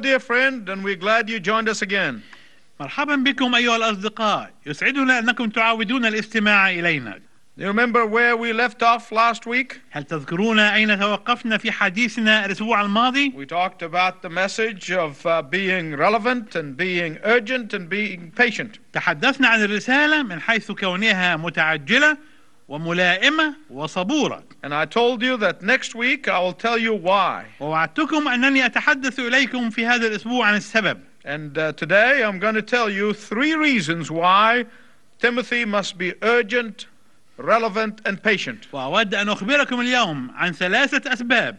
dear friend, and we're glad you joined us again. مرحبا بكم أيها الأصدقاء يسعدنا أنكم تعاودون الاستماع إلينا You remember where we left off last week? هل تذكرون أين توقفنا في حديثنا الأسبوع الماضي؟ We talked about the message of uh, being relevant and being urgent and being patient. تحدثنا عن الرسالة من حيث كونها متعجلة وملائمة وصبورة And I told you that next week I will tell you why. ووعدتكم أنني أتحدث إليكم في هذا الأسبوع عن السبب And uh, today I'm going to tell you three reasons why Timothy must be urgent, relevant, and patient. وأود أن أخبركم اليوم عن ثلاثة أسباب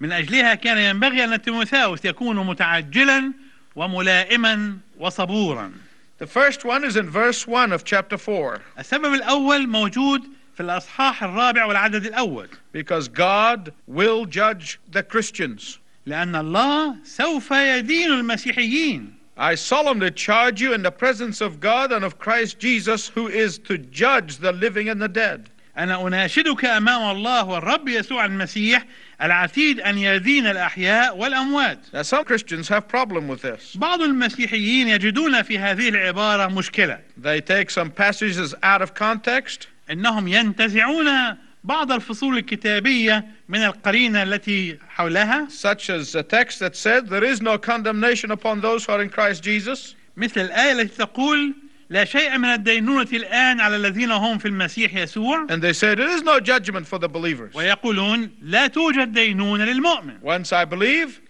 من أجلها كان ينبغي أن تيموثاوس يكون متعجلا وملائما وصبورا The first one is in verse 1 of chapter 4. السبب الأول موجود في الأصحاح الرابع والعدد الأول Because God will judge the Christians. لأن الله سوف يدين المسيحيين I solemnly charge you in the presence of God and of Christ Jesus, who is to judge the living and the dead. أنا أناشدك أمام الله والرب يسوع المسيح العتيد أن يدين الأحياء والأموات Now, some Christians have problem with this. بعض المسيحيين يجدون في هذه العبارة مشكلة They take some passages out of context إنهم ينتزعون بعض الفصول الكتابية من القرينة التي حولها such as the text that said, There is no condemnation upon those who are in Christ Jesus. مثل الآية التي تقول لا شيء من الدينونة الآن على الذين هم في المسيح يسوع And they say, There is no judgment for the believers. ويقولون لا توجد دينونة للمؤمن Once I believe,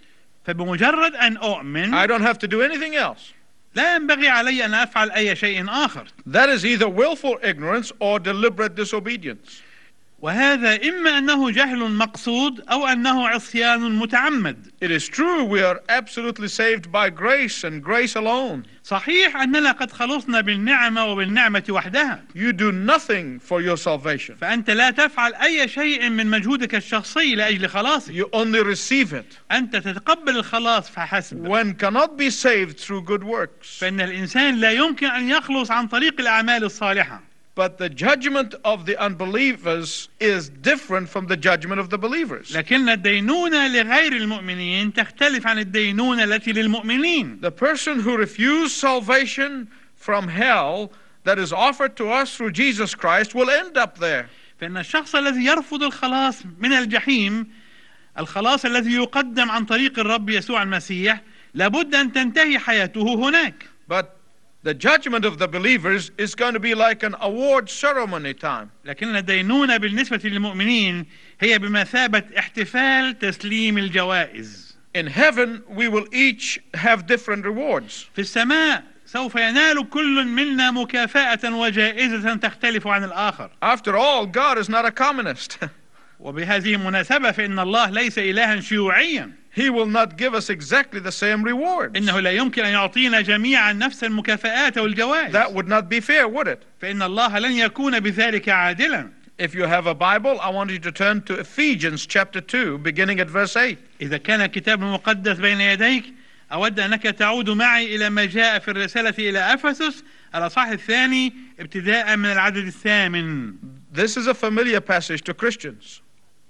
فبمجرد أن أؤمن I don't have to do anything else. لا ينبغي علي أن أفعل أي شيء آخر That is either willful ignorance or deliberate disobedience. وهذا إما أنه جهل مقصود أو أنه عصيان متعمد It is true we are absolutely saved by grace and grace alone. صحيح أننا قد خلصنا بالنعمة وبالنعمة وحدها You do nothing for your salvation. فأنت لا تفعل أي شيء من مجهودك الشخصي لأجل خلاصك You only receive it. أنت تتقبل الخلاص فحسب One cannot be saved through good works. فإن الإنسان لا يمكن أن يخلص عن طريق الأعمال الصالحة But the judgment of the unbelievers is different from the judgment of the believers. لكن الدينونة لغير المؤمنين تختلف عن الدينونة التي للمؤمنين The person who refused salvation from hell that is offered to us through Jesus Christ will end up there. فإن الشخص الذي يرفض الخلاص من الجحيم الخلاص الذي يقدم عن طريق الرب يسوع المسيح لابد أن تنتهي حياته هناك But the judgment of the believers is going to be like an award ceremony time. لكن الدينونة بالنسبة للمؤمنين هي بمثابة احتفال تسليم الجوائز In heaven, we will each have different rewards. في السماء سوف ينال كل منا مكافأة وجائزة تختلف عن الآخر After all, God is not a communist. وبهذه المناسبة فإن الله ليس إلها شيوعيا he will not give us exactly the same rewards. إنه لا يمكن أن يعطينا جميعا نفس المكافآت والجوائز That would not be fair, would it? فإن الله لن يكون بذلك عادلا If you have a Bible, I want you to turn to Ephesians chapter 2, beginning at verse 8. إذا كان الكتاب المقدس بين يديك أود أنك تعود معي إلى ما جاء في الرسالة إلى أفسس الأصحاح الثاني ابتداء من العدد الثامن This is a familiar passage to Christians.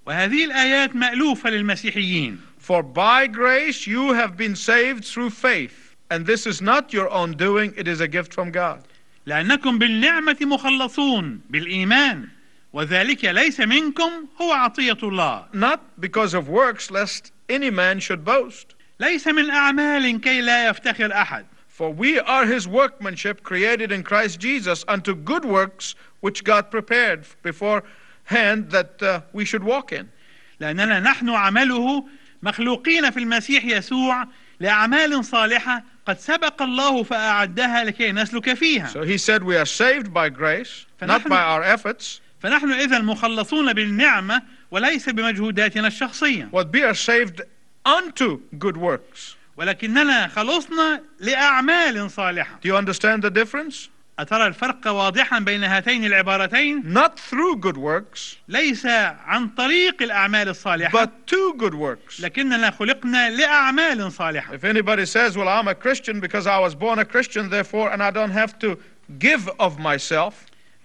وهذه الآيات مألوفة للمسيحيين For by grace you have been saved through faith, and this is not your own doing, it is a gift from God. لأنكم بالنعمة مخلصون بالإيمان وذلك ليس منكم هو عطية الله Not because of works, lest any man should boast. ليس من أعمال كي لا يفتخر أحد For we are his workmanship, created in Christ Jesus unto good works, which God prepared beforehand that uh, we should walk in. لأننا نحن عمله مخلوقين في المسيح يسوع لأعمال صالحة قد سبق الله فأعدها لكي نسلك فيها So he said, We are saved by grace, not فنحن- by our efforts. فنحن إذا مخلصون بالنعمة وليس بمجهوداتنا الشخصية What we are saved unto good works. ولكننا خلصنا لأعمال صالحة Do you understand the difference? أترى الفرق واضحا بين هاتين العبارتين Not through good works, ليس عن طريق الأعمال الصالحة but to good works. لكننا خلقنا لأعمال صالحة If anybody says, Well, I'm a Christian because I was born a Christian, therefore, and I don't have to give of myself,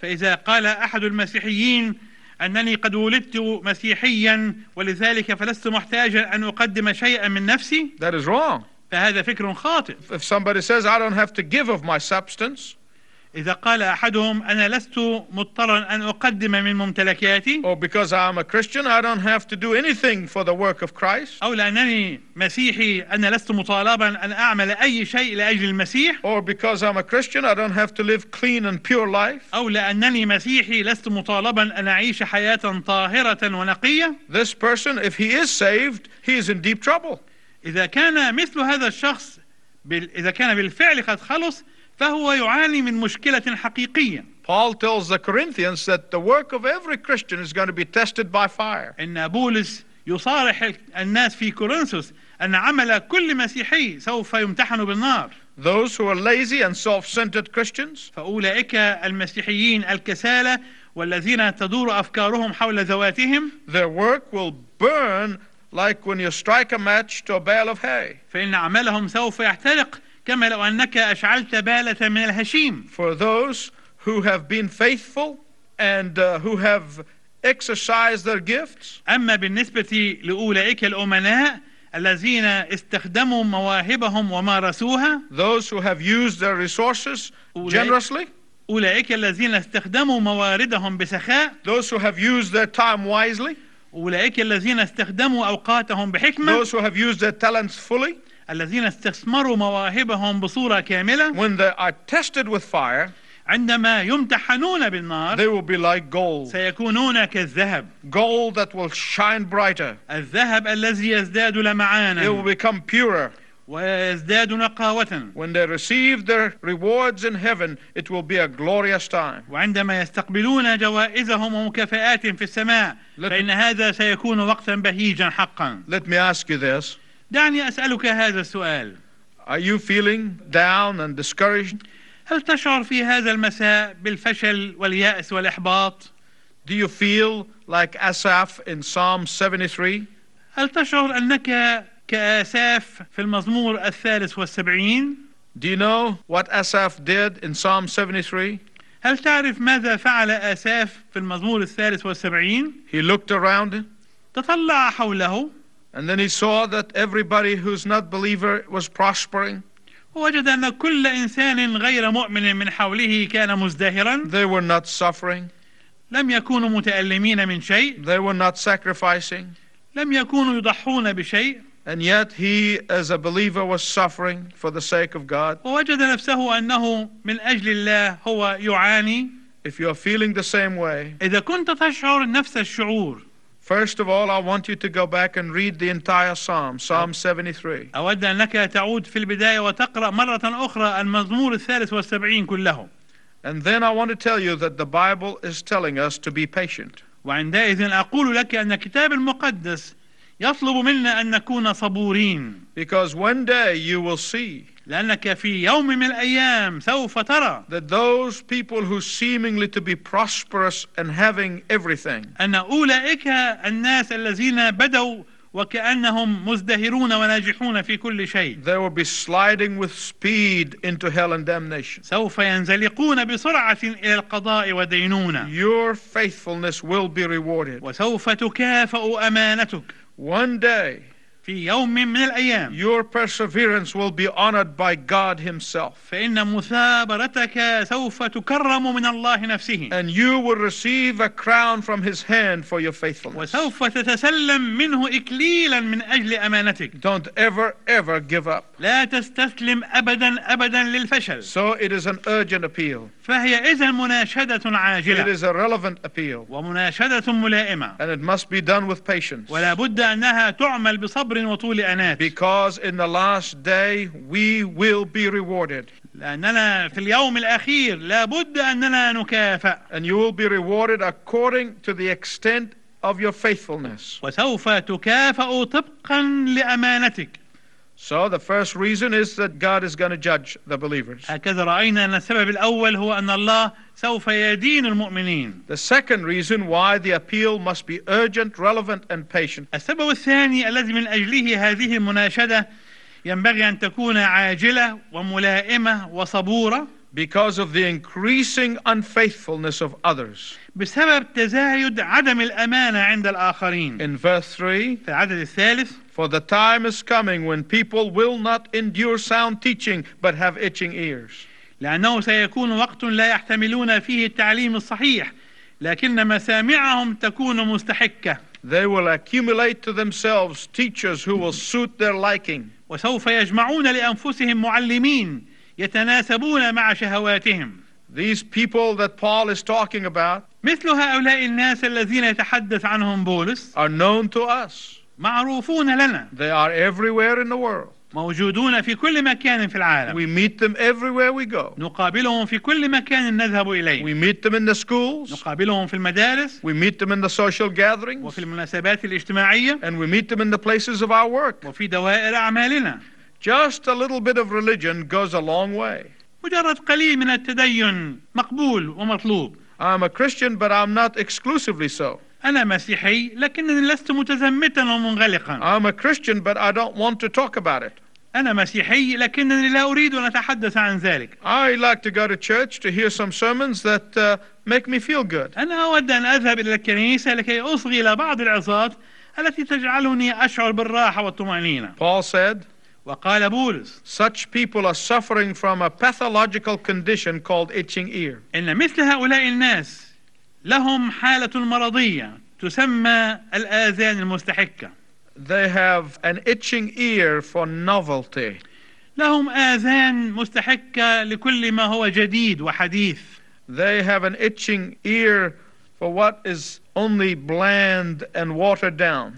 فإذا قال أحد المسيحيين أنني قد ولدت مسيحيا ولذلك فلست محتاجا أن أقدم شيئا من نفسي that is wrong. فهذا فكر خاطئ If somebody says, I don't have to give of my substance, إذا قال أحدهم أنا لست مضطرا أن أقدم من ممتلكاتي or because I'm a Christian, I don't have to do anything for the work of Christ, أو لأنني مسيحي أنا لست مطالبا أن أعمل أي شيء لأجل المسيح or because I'm a Christian, I don't have to live clean and pure life, أو لأنني مسيحي لست مطالبا أن أعيش حياة طاهرة ونقية this person, if he is saved, he is in deep trouble. إذا كان مثل هذا الشخص بال... إذا كان بالفعل قد خلص فهو يعاني من مشكلة حقيقية Paul tells the Corinthians that the work of every Christian is going to be tested by fire. إن بولس يصارح ال- الناس في كورنثوس أن عمل كل مسيحي سوف يمتحن بالنار Those who are lazy and self centered Christians, فأولئك المسيحيين الكسالى والذين تدور أفكارهم حول ذواتهم their work will burn like when you strike a match to a bale of hay. فإن عملهم سوف يحترق كما لو أنك أشعلت بالة من الهشيم For those who have been faithful and uh, who have exercised their gifts, أما بالنسبة لأولئك الأمناء الذين استخدموا مواهبهم ومارسوها those who have used their resources أولئك- generously, أولئك الذين استخدموا مواردهم بسخاء those who have used their time wisely, أولئك الذين استخدموا أوقاتهم بحكمة those who have used their talents fully, الذين استثمروا مواهبهم بصورة كاملة when they are tested with fire, عندما يمتحنون بالنار they will be like gold. سيكونون كالذهب gold that will shine brighter. الذهب الذي يزداد They will لمعانا become purer. ويزداد نقاوة When they receive their rewards in heaven, it will be a glorious time. وعندما يستقبلون جوائزهم ومكافآت في السماء Let- فإن هذا سيكون وقتا بهيجا حقا Let me ask you this. دعني أسألك هذا السؤال Are you feeling down and discouraged? هل تشعر في هذا المساء بالفشل واليأس والإحباط؟ Do you feel like Asaph in Psalm 73? هل تشعر أنك كآساف في المزمور الثالث والسبعين؟ Do you know what Asaph did in Psalm 73? هل تعرف ماذا فعل آساف في المزمور الثالث والسبعين؟ He looked around تطلع حوله and then he saw that everybody who's not believer was prospering. ووجد أن كل إنسان غير مؤمن من حوله كان مزدهرا They were not suffering. لم يكونوا متألمين من شيء They were not sacrificing. لم يكونوا يضحون بشيء And yet he, as a believer, was suffering for the sake of God. ووجد نفسه أنه من أجل الله هو يعاني If you are feeling the same way, إذا كنت تشعر نفس الشعور first of all, I want you to go back and read the entire Psalm, Psalm 73. أود أنك تعود في البداية وتقرأ مرة أخرى المزمور الثالث والسبعين كله And then I want to tell you that the Bible is telling us to be patient. وعندئذ أقول لك أن الكتاب المقدس يطلب منا أن نكون صبورين Because one day you will see لأنك في يوم من الأيام سوف ترى that those people who seemingly to be prosperous and having everything, أن أولئك الناس الذين بدوا وكأنهم مزدهرون وناجحون في كل شيء they will be sliding with speed into hell and damnation. سوف ينزلقون بسرعة إلى القضاء ودينونة Your faithfulness will be rewarded. وسوف تكافأ أمانتك One day, في يوم من الأيام Your perseverance will be honored by God Himself, فإن مثابرتك سوف تكرم من الله نفسه and you will receive a crown from His hand for your faithfulness. وسوف تتسلم منه إكليلا من أجل أمانتك Don't ever, ever give up. لا تستسلم أبدا أبدا للفشل So it is an urgent appeal, فهي إذا مناشدة it عاجلة is a relevant appeal, ومناشدة ملائمة and it must be done with patience. ولا بد أنها تعمل بصبر وطول أنات Because in the last day we will be rewarded, لأننا في اليوم الأخير لا بد أننا نكافأ and you will be rewarded according to the extent of your faithfulness. وسوف تكافأ طبقا لأمانتك So the first reason is that God is going to judge the believers. هكذا رأينا أن السبب الأول هو أن الله سوف يدين المؤمنين The second reason why the appeal must be urgent, relevant, and patient السبب الثاني الذي من أجله هذه المناشدة ينبغي أن تكون عاجلة وملائمة وصبورة because of the increasing unfaithfulness of others. بسبب تزايد عدم الأمانة عند الآخرين In verse 3, في العدد الثالث For the time is coming when people will not endure sound teaching but have itching ears. لأنه سيكون وقت لا يحتملون فيه التعليم الصحيح لكن مسامعهم تكون مستحكة They will accumulate to themselves teachers who will suit their liking. وسوف يجمعون لأنفسهم معلمين يتناسبون مع شهواتهم These people that Paul is talking about مثل هؤلاء الناس الذين يتحدث عنهم بولس are known to us. معروفون لنا They are everywhere in the world. موجودون في كل مكان في العالم We meet them everywhere we go. نقابلهم في كل مكان نذهب إليه We meet them in the schools. نقابلهم في المدارس We meet them in the social gatherings. وفي المناسبات الاجتماعية And we meet them in the places of our work. وفي دوائر أعمالنا Just a little bit of religion goes a long way. مجرد قليل من التدين مقبول ومطلوب I'm a Christian, but I'm not exclusively so. أنا مسيحي لكنني لست متزمتا ومنغلقا I'm a Christian, but I don't want to talk about it. أنا مسيحي لكنني لا أريد أن أتحدث عن ذلك I like to go to church to hear some sermons that uh, make me feel good. أنا أود أن أذهب إلى الكنيسة لكي أصغي إلى بعض العظات التي تجعلني أشعر بالراحة والطمأنينة Paul said, وقال بولس Such people are suffering from a pathological condition called itching ear. إن مثل هؤلاء الناس لهم حالة مرضية تسمى الآذان المستحكة They have an itching ear for novelty. لهم آذان مستحكة لكل ما هو جديد وحديث They have an itching ear for what is only bland and watered down.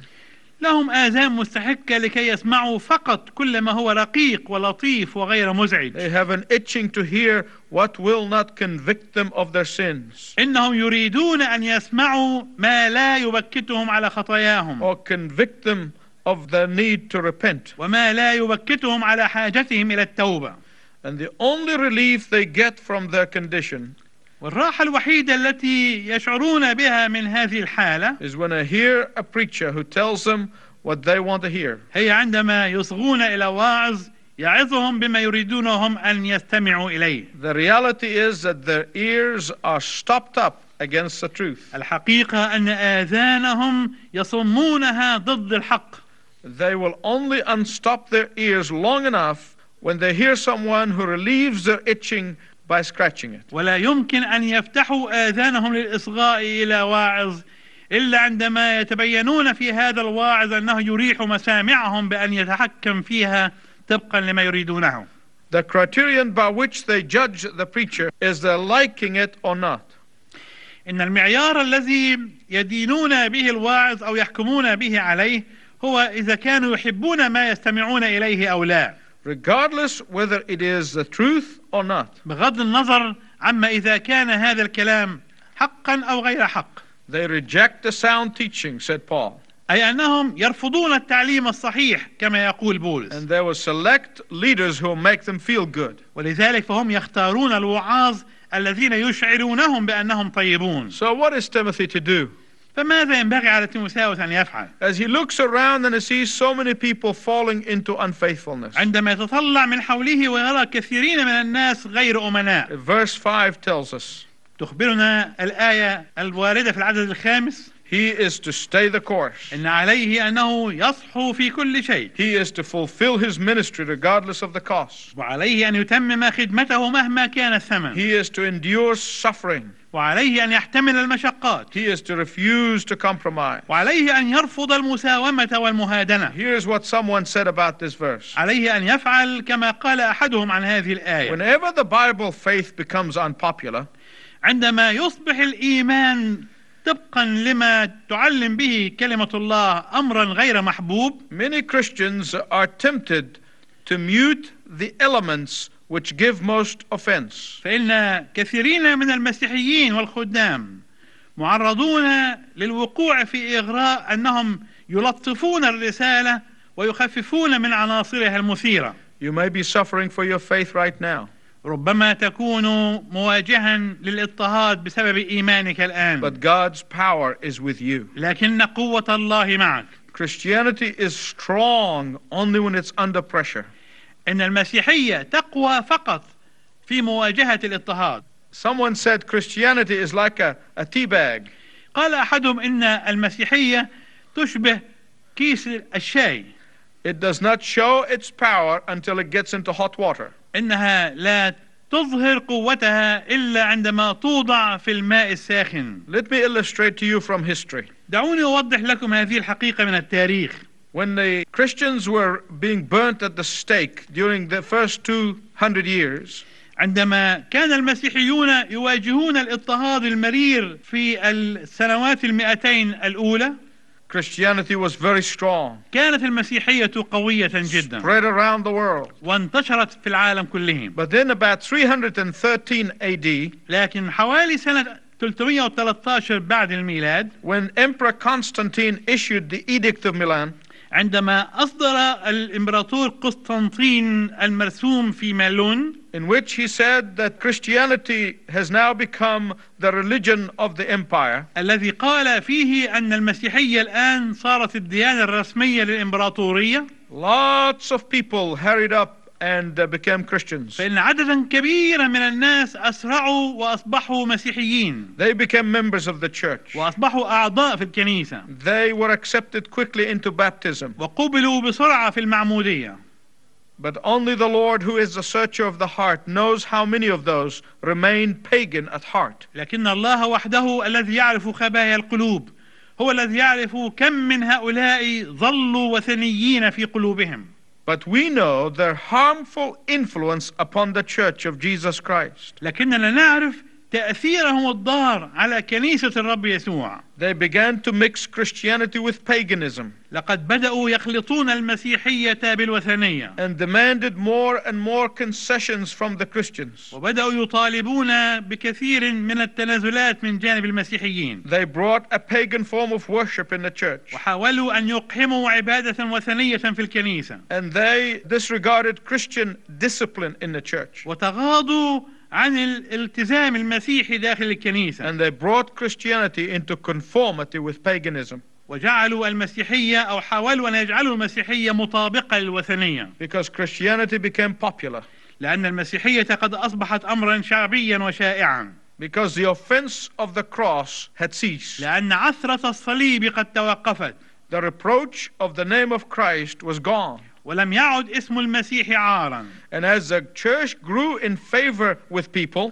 لهم آذان مستحكة لكي يسمعوا فقط كل ما هو رقيق ولطيف وغير مزعج They have an itching to hear what will not convict them of their sins إنهم يريدون أن يسمعوا ما لا يبكتهم على خطاياهم or convict them of their need to repent. وما لا يبكتهم على حاجتهم إلى التوبة And the only relief they get from their condition والراحة الوحيدة التي يشعرون بها من هذه الحالة is when I hear a preacher who tells them what they want to hear. هي عندما يصغون إلى واعظ يعظهم بما يريدونهم أن يستمعوا إليه The reality is that their ears are stopped up against the truth. الحقيقة أن آذانهم يصمونها ضد الحق They will only unstop their ears long enough when they hear someone who relieves their itching by scratching it. ولا يمكن أن يفتحوا آذانهم للإصغاء إلى واعظ إلا عندما يتبينون في هذا الواعظ أنه يريح مسامعهم بأن يتحكم فيها طبقا لما يريدونه The criterion by which they judge the preacher is their liking it or not. إن المعيار الذي يدينون به الواعظ أو يحكمون به عليه هو إذا كانوا يحبون ما يستمعون إليه أو لا regardless whether it is the truth or not. بغض النظر عما إذا كان هذا الكلام حقا أو غير حق They reject the sound teaching, said Paul, أي أنهم يرفضون التعليم الصحيح كما يقول بولس and they will select leaders who will make them feel good. ولذلك فهم يختارون الوعاظ الذين يشعرونهم بأنهم طيبون So, what is Timothy to do? فماذا ينبغي على تيموثاوس أن يفعل As he looks around and he sees so many people falling into unfaithfulness. عندما يتطلع من حوله ويرى كثيرين من الناس غير أمناء Verse 5 tells us تخبرنا الآية الواردة في العدد الخامس he is to stay the course, إن عليه أنه يصحو في كل شيء he is to fulfill his ministry regardless of the cost, وعليه أن يتمم خدمته مهما كان الثمن he is to endure suffering, وعليه أن يحتمل المشقات he is to refuse to compromise. وعليه أن يرفض المساومة والمهادنة Here's what someone said about this verse. عليه أن يفعل كما قال أحدهم عن هذه الآية Whenever the Bible faith becomes unpopular, عندما يصبح الإيمان طبقا لما تعلم به كلمة الله أمرا غير محبوب many Christians are tempted to mute the elements which give most offense. فإن كثيرين من المسيحيين والخدام معرضون للوقوع في إغراء أنهم يلطفون الرسالة ويخففون من عناصرها المثيرة You may be suffering for your faith right now, ربما تكون مواجها للاضطهاد بسبب إيمانك الآن but God's power is with you. لكن قوة الله معك Christianity is strong only when it's under pressure. إن المسيحية تقوى فقط في مواجهة الاضطهاد Someone said Christianity is like a, a tea bag. قال أحدهم إن المسيحية تشبه كيس الشاي It does not show its power until it gets into hot water. إنها لا تظهر قوتها إلا عندما توضع في الماء الساخن Let me illustrate to you from history. دعوني أوضح لكم هذه الحقيقة من التاريخ When the Christians were being burnt at the stake during the first 200 years, عندما كان المسيحيون يواجهون الاضطهاد المرير في السنوات المئتين الأولى Christianity was very strong, كانت المسيحية قوية جدا spread around the world. وانتشرت في العالم كله But then, about 313 AD, لكن حوالي سنة 313 بعد الميلاد when Emperor Constantine issued the Edict of Milan, عندما أصدر الإمبراطور قسطنطين المرسوم في مالون in which he said that Christianity has now become the religion of the empire, الذي قال فيه أن المسيحية الآن صارت الديانة الرسمية للإمبراطورية lots of people hurried up and uh, became Christians. فإن عددا كبيرا من الناس أسرعوا وأصبحوا مسيحيين They became members of the church. وأصبحوا أعضاء في الكنيسة They were accepted quickly into baptism. وقبلوا بسرعة في المعمودية But only the Lord, who is the searcher of the heart, knows how many of those remain pagan at heart. لكن الله وحده الذي يعرف خبايا القلوب هو الذي يعرف كم من هؤلاء ظلوا وثنيين في قلوبهم But we know their harmful influence upon the church of Jesus Christ. لكننا نعرف تأثيرهم الضار على كنيسة الرب يسوع They began to mix Christianity with paganism لقد بدأوا يخلطون المسيحية بالوثنية and demanded more and more concessions from the Christians. وبدأوا يطالبون بكثير من التنازلات من جانب المسيحيين They brought a pagan form of worship in the church وحاولوا أن يقحموا عبادة وثنية في الكنيسة and they disregarded Christian discipline in the church. وتغاضوا عن الالتزام المسيحي داخل الكنيسة And they brought Christianity into conformity with paganism وجعلوا المسيحية أو حاولوا أن يجعلوا المسيحية مطابقة للوثنية because Christianity became popular. لأن المسيحية قد أصبحت أمرا شعبيا وشائعا Because the offense of the cross had ceased. لأن عثرة الصليب قد توقفت The reproach of the name of Christ was gone. ولم يعد اسم المسيح عارا And as the church grew in favor with people,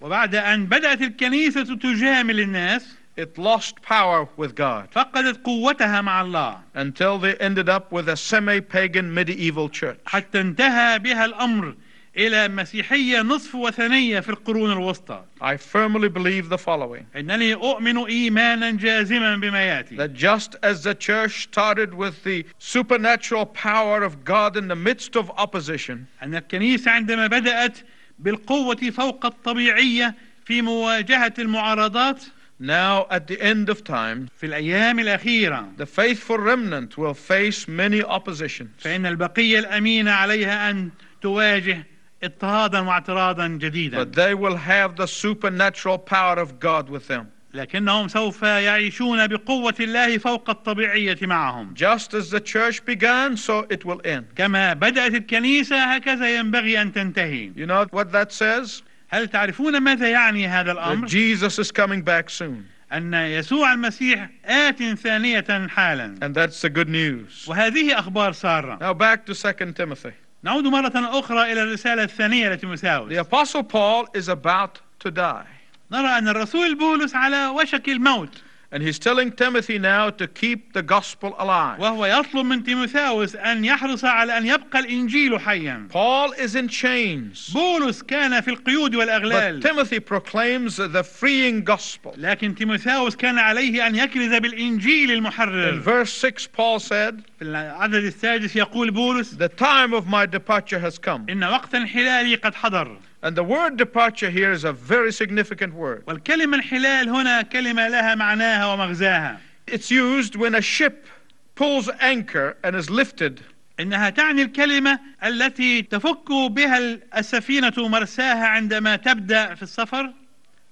وبعد أن بدأت الكنيسة تجامل الناس it lost power with God فقدت قوتها مع الله until they ended up with a semi pagan medieval church. حتى انتهى بها الأمر إلى مسيحية نصف وثنية في القرون الوسطى I firmly believe the following إنني أؤمن إيمانا جازما بما يأتي that just as the church started with the supernatural power of God in the midst of opposition, أن الكنيسة عندما بدأت بالقوة فوق الطبيعية في مواجهة المعارضات now at the end of time, في الأيام الأخيرة the faithful remnant will face many oppositions. فإن البقية الأمينة عليها أن تواجه اضطهادا واعتراضا جديدا But they will have the supernatural power of God with them. لكنهم سوف يعيشون بقوة الله فوق الطبيعية معهم Just as the church began, so it will end. كما بدأت الكنيسة هكذا ينبغي أن تنتهي You know what that says? هل تعرفون ماذا يعني هذا That الأمر؟ Jesus is coming back soon. أن يسوع المسيح آت ثانية حالا And that's the good news. وهذه أخبار سارة Now back to 2 Timothy. نعود مرة أخرى إلى الرسالة الثانية The لتيموثاوس Apostle Paul is about to die. نرى أن الرسول بولس على وشك الموت And he's telling Timothy now to keep the gospel alive. وهو يطلب من تيموثاوس أن يحرص على أن يبقى الإنجيل حيا Paul is in chains. بولس كان في القيود But والأغلال Timothy proclaims the freeing gospel. لكن تيموثاوس كان عليه أن يكرز بالإنجيل In المحرر verse 6, Paul said, في العدد السادس يقول بولس The time of my departure has come. إن وقت انحلالي قد حضر And the word departure here is a very significant word. والكلمة انحلال هنا كلمة لها معناها ومغزاها It's used when a ship pulls anchor and is lifted. إنها تعني الكلمة التي تفك بها السفينة مرساها عندما تبدأ في السفر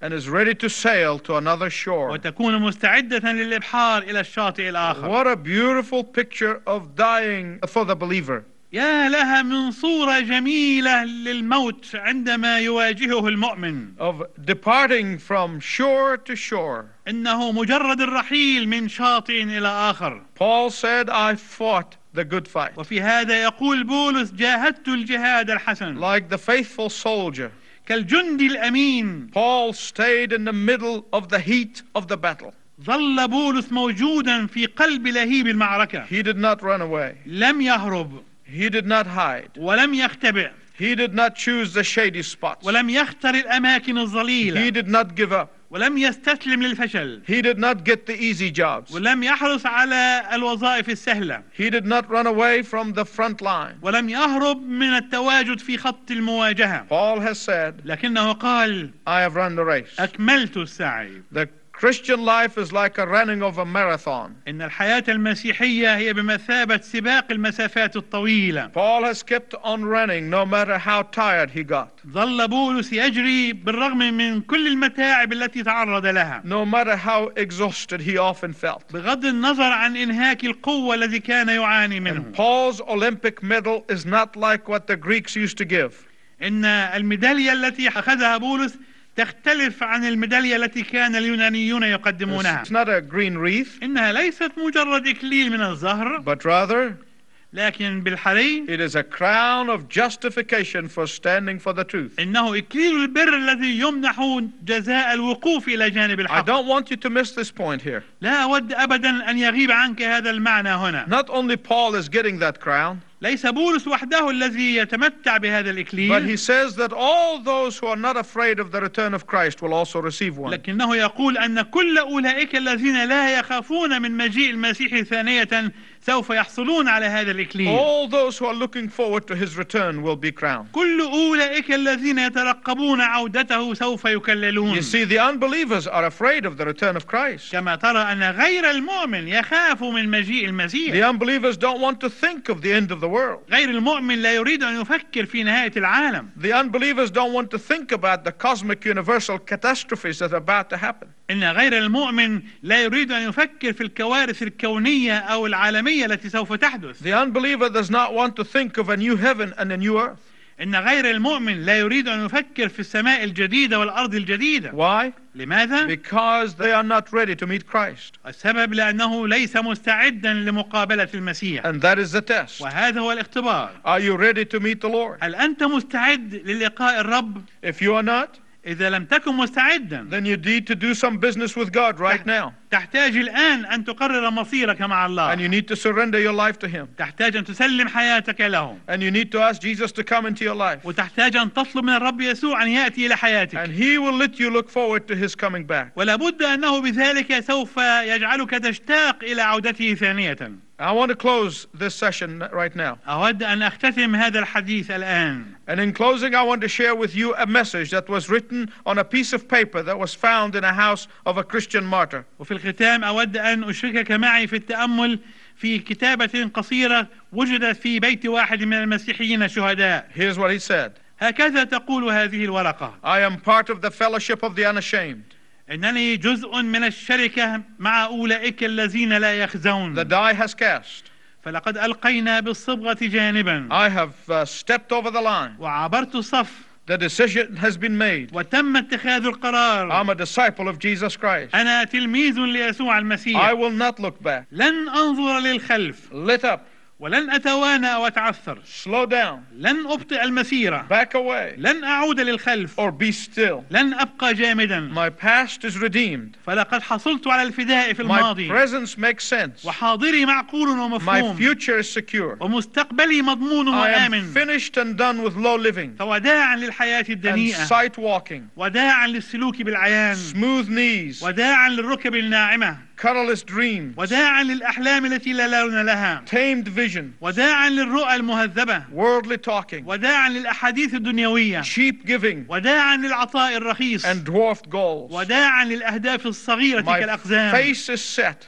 and is ready to sail to another shore. وتكون مستعدة للإبحار إلى الشاطئ الآخر What a beautiful picture of dying for the believer. يا لها من صورة جميلة للموت عندما يواجهه المؤمن of departing from shore to shore. إنه مجرد الرحيل من شاطئ إلى آخر Paul said, I fought the good fight. وفي هذا يقول بولس جاهدت الجهاد الحسن Like the faithful soldier, كالجندي الأمين Paul stayed in the middle of the heat of the battle. ظل بولس موجودا في قلب لهيب المعركة He did not run away. لم يهرب He did not hide. ولم يختبئ He did not choose the shady spots. ولم يختر الأماكن He الظليلة did not give up. ولم يستسلم للفشل He did not get the easy jobs. ولم يحرص على الوظائف السهلة He did not run away from the front line. ولم يهرب من التواجد في خط المواجهة Paul has said, لكنه قال I have run the race. أكملت السعي The Christian life is like a running of a marathon. إن الحياة المسيحية هي بمثابة سباق المسافات الطويلة Paul has kept on running no matter how tired he got, ظل بولس يجري بالرغم من كل المتاعب التي تعرض لها no matter how exhausted he often felt. بغض النظر عن إنهاك القوة الذي كان يعاني منه And Paul's Olympic medal is not like what the Greeks used to give. إن الميدالية التي أخذها بولس تختلف عن الميدالية التي كان اليونانيون يقدمونها It's not a green wreath, إنها ليست مجرد إكليل من الزهر but rather لكن بالحري it is a crown of justification for standing for the truth. إنه إكليل البر الذي يمنح جزاء الوقوف إلى جانب I الحق don't want you to miss this point here. لا أود أبدا أن يغيب عنك هذا المعنى هنا Not only Paul is getting that crown, ليس بولس وحده الذي يتمتع بهذا but he الإكليل says that all those who are not afraid of the return of Christ will also receive one. لكنه يقول أن كل أولئك الذين لا يخافون من مجيء المسيح ثانية سوف يحصلون على هذا الإكليل All those who are looking forward to his return will be crowned. كل أولئك الذين يترقبون عودته سوف يكللون You see, the unbelievers are afraid of the return of Christ. كما ترى أن غير المؤمن يخاف من مجيء The المسيح unbelievers don't want to think of the end of the world. غير المؤمن لا يريد أن يفكر في نهاية العالم The unbelievers don't want to think about the cosmic universal catastrophes that are about to happen. إن غير المؤمن لا يريد أن يفكر في الكوارث الكونية أو العالمية التي سوف تحدث The unbeliever does not want to think of a new heaven and a new earth. إن غير المؤمن لا يريد أن يفكر في السماء الجديدة والأرض الجديدة Why? لماذا؟ Because they are not ready to meet Christ. السبب لأنه ليس مستعدا لمقابلة المسيح And that is the test. وهذا هو الاختبار Are you ready to meet the Lord? هل أنت مستعد للقاء الرب؟ If you are not, إذا لم تكن مستعدا then you need to do some business with God right now. تحتاج الآن أن تقرر مصيرك مع And الله you need to surrender your life to Him. تحتاج أن تسلم حياتك له And you need to ask Jesus to come into your life. وتحتاج أن تطلب من الرب يسوع أن يأتي إلى حياتك And He will let you look forward to His coming back. ولا بد انه بذلك سوف يجعلك تشتاق الى عودته ثانيه I want to close this session right now. اود ان اختتم هذا الحديث الان And in closing, I want to share with you a message that was written on a piece of paper that was found in a house of a Christian martyr. وفي الختام اود ان اشركك معي في التامل في كتابه قصيره وجدت في بيت واحد من المسيحيين الشهداء Here's what he said هكذا تقول هذه الورقه I am part of the fellowship of the unashamed. انني جزء من الشركه مع اولئك الذين لا The يخزون die has cast. فلقد القينا بالصبغه جانبا I have uh, stepped over the line. وعبرت الصف The decision has been made. وتم اتخاذ القرار I'm a disciple of Jesus Christ. انا تلميذ ليسوع المسيح I will not look back. لن انظر للخلف Lit up. ولن اتوانى واتعثر Slow down. لن ابطئ المسيره Back away. لن اعود للخلف Or be still. لن ابقى جامدا My past is redeemed. فلقد حصلت على الفداء في My الماضي presence makes sense. وحاضري معقول My ومفهوم future is secure. ومستقبلي مضمون I am وامن finished and done with low living فوداعا للحياه and الدنيئه sight walking, وداعا للسلوك بالعيان smooth knees, وداعا للركب الناعمه colorless dreams, وداعا للاحلام التي لا لون لها tamed vision, وداعا للرؤى المهذبه worldly talking, وداعا للاحاديث الدنيويه cheap giving, وداعا للعطاء الرخيص and dwarfed goals. وداعا للأهداف الصغيرة My كالأقزام face is set,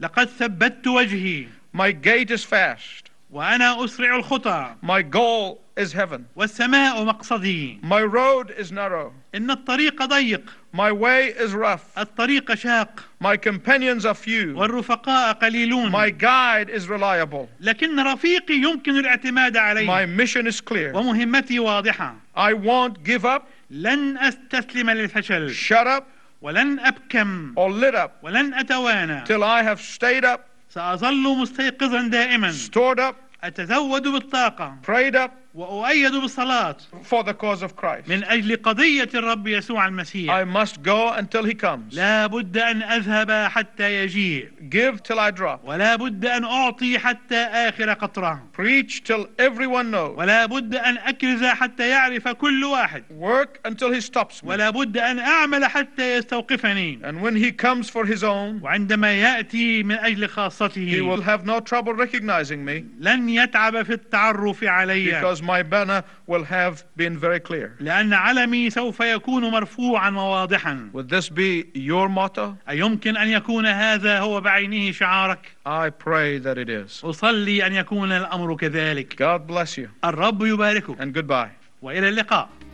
لقد ثبتت وجهي my gait is fast, وأنا أسرع الخطى My goal is heaven. والسماء مقصدي My road is narrow. إن الطريق ضيق My way is rough. الطريق شاق My companions are few. والرفقاء قليلون My guide is reliable. لكن رفيقي يمكن الاعتماد My عليه mission is clear. ومهمتي واضحة I won't give up, لن أستسلم للفشل shut up, ولن أبكم or lit up ولن أتوانى till I have stayed up, سأظل مستيقظا دائما stored up, أتزود بالطاقة prayed up وأؤيد بالصلاة for the cause of Christ. من أجل قضية الرب يسوع المسيح I must go until he comes. لا بد أن أذهب حتى يجيء Give till I drop. ولا بد أن أعطي حتى آخر قطرة Preach till everyone knows. ولا بد أن أكرز حتى يعرف كل واحد Work until he stops me. ولا بد أن أعمل حتى يستوقفني And when he comes for his own, وعندما يأتي من أجل he will خاصته have no trouble recognizing me لن يتعب في التعرف علي because my banner will have been very clear. لأن علمي سوف يكون مرفوعا وواضحا Would this be your motto? أيمكن أن يكون هذا هو بعينه شعارك I pray that it is. أصلي أن يكون الأمر كذلك God bless you الرب يباركك and goodbye. وإلى اللقاء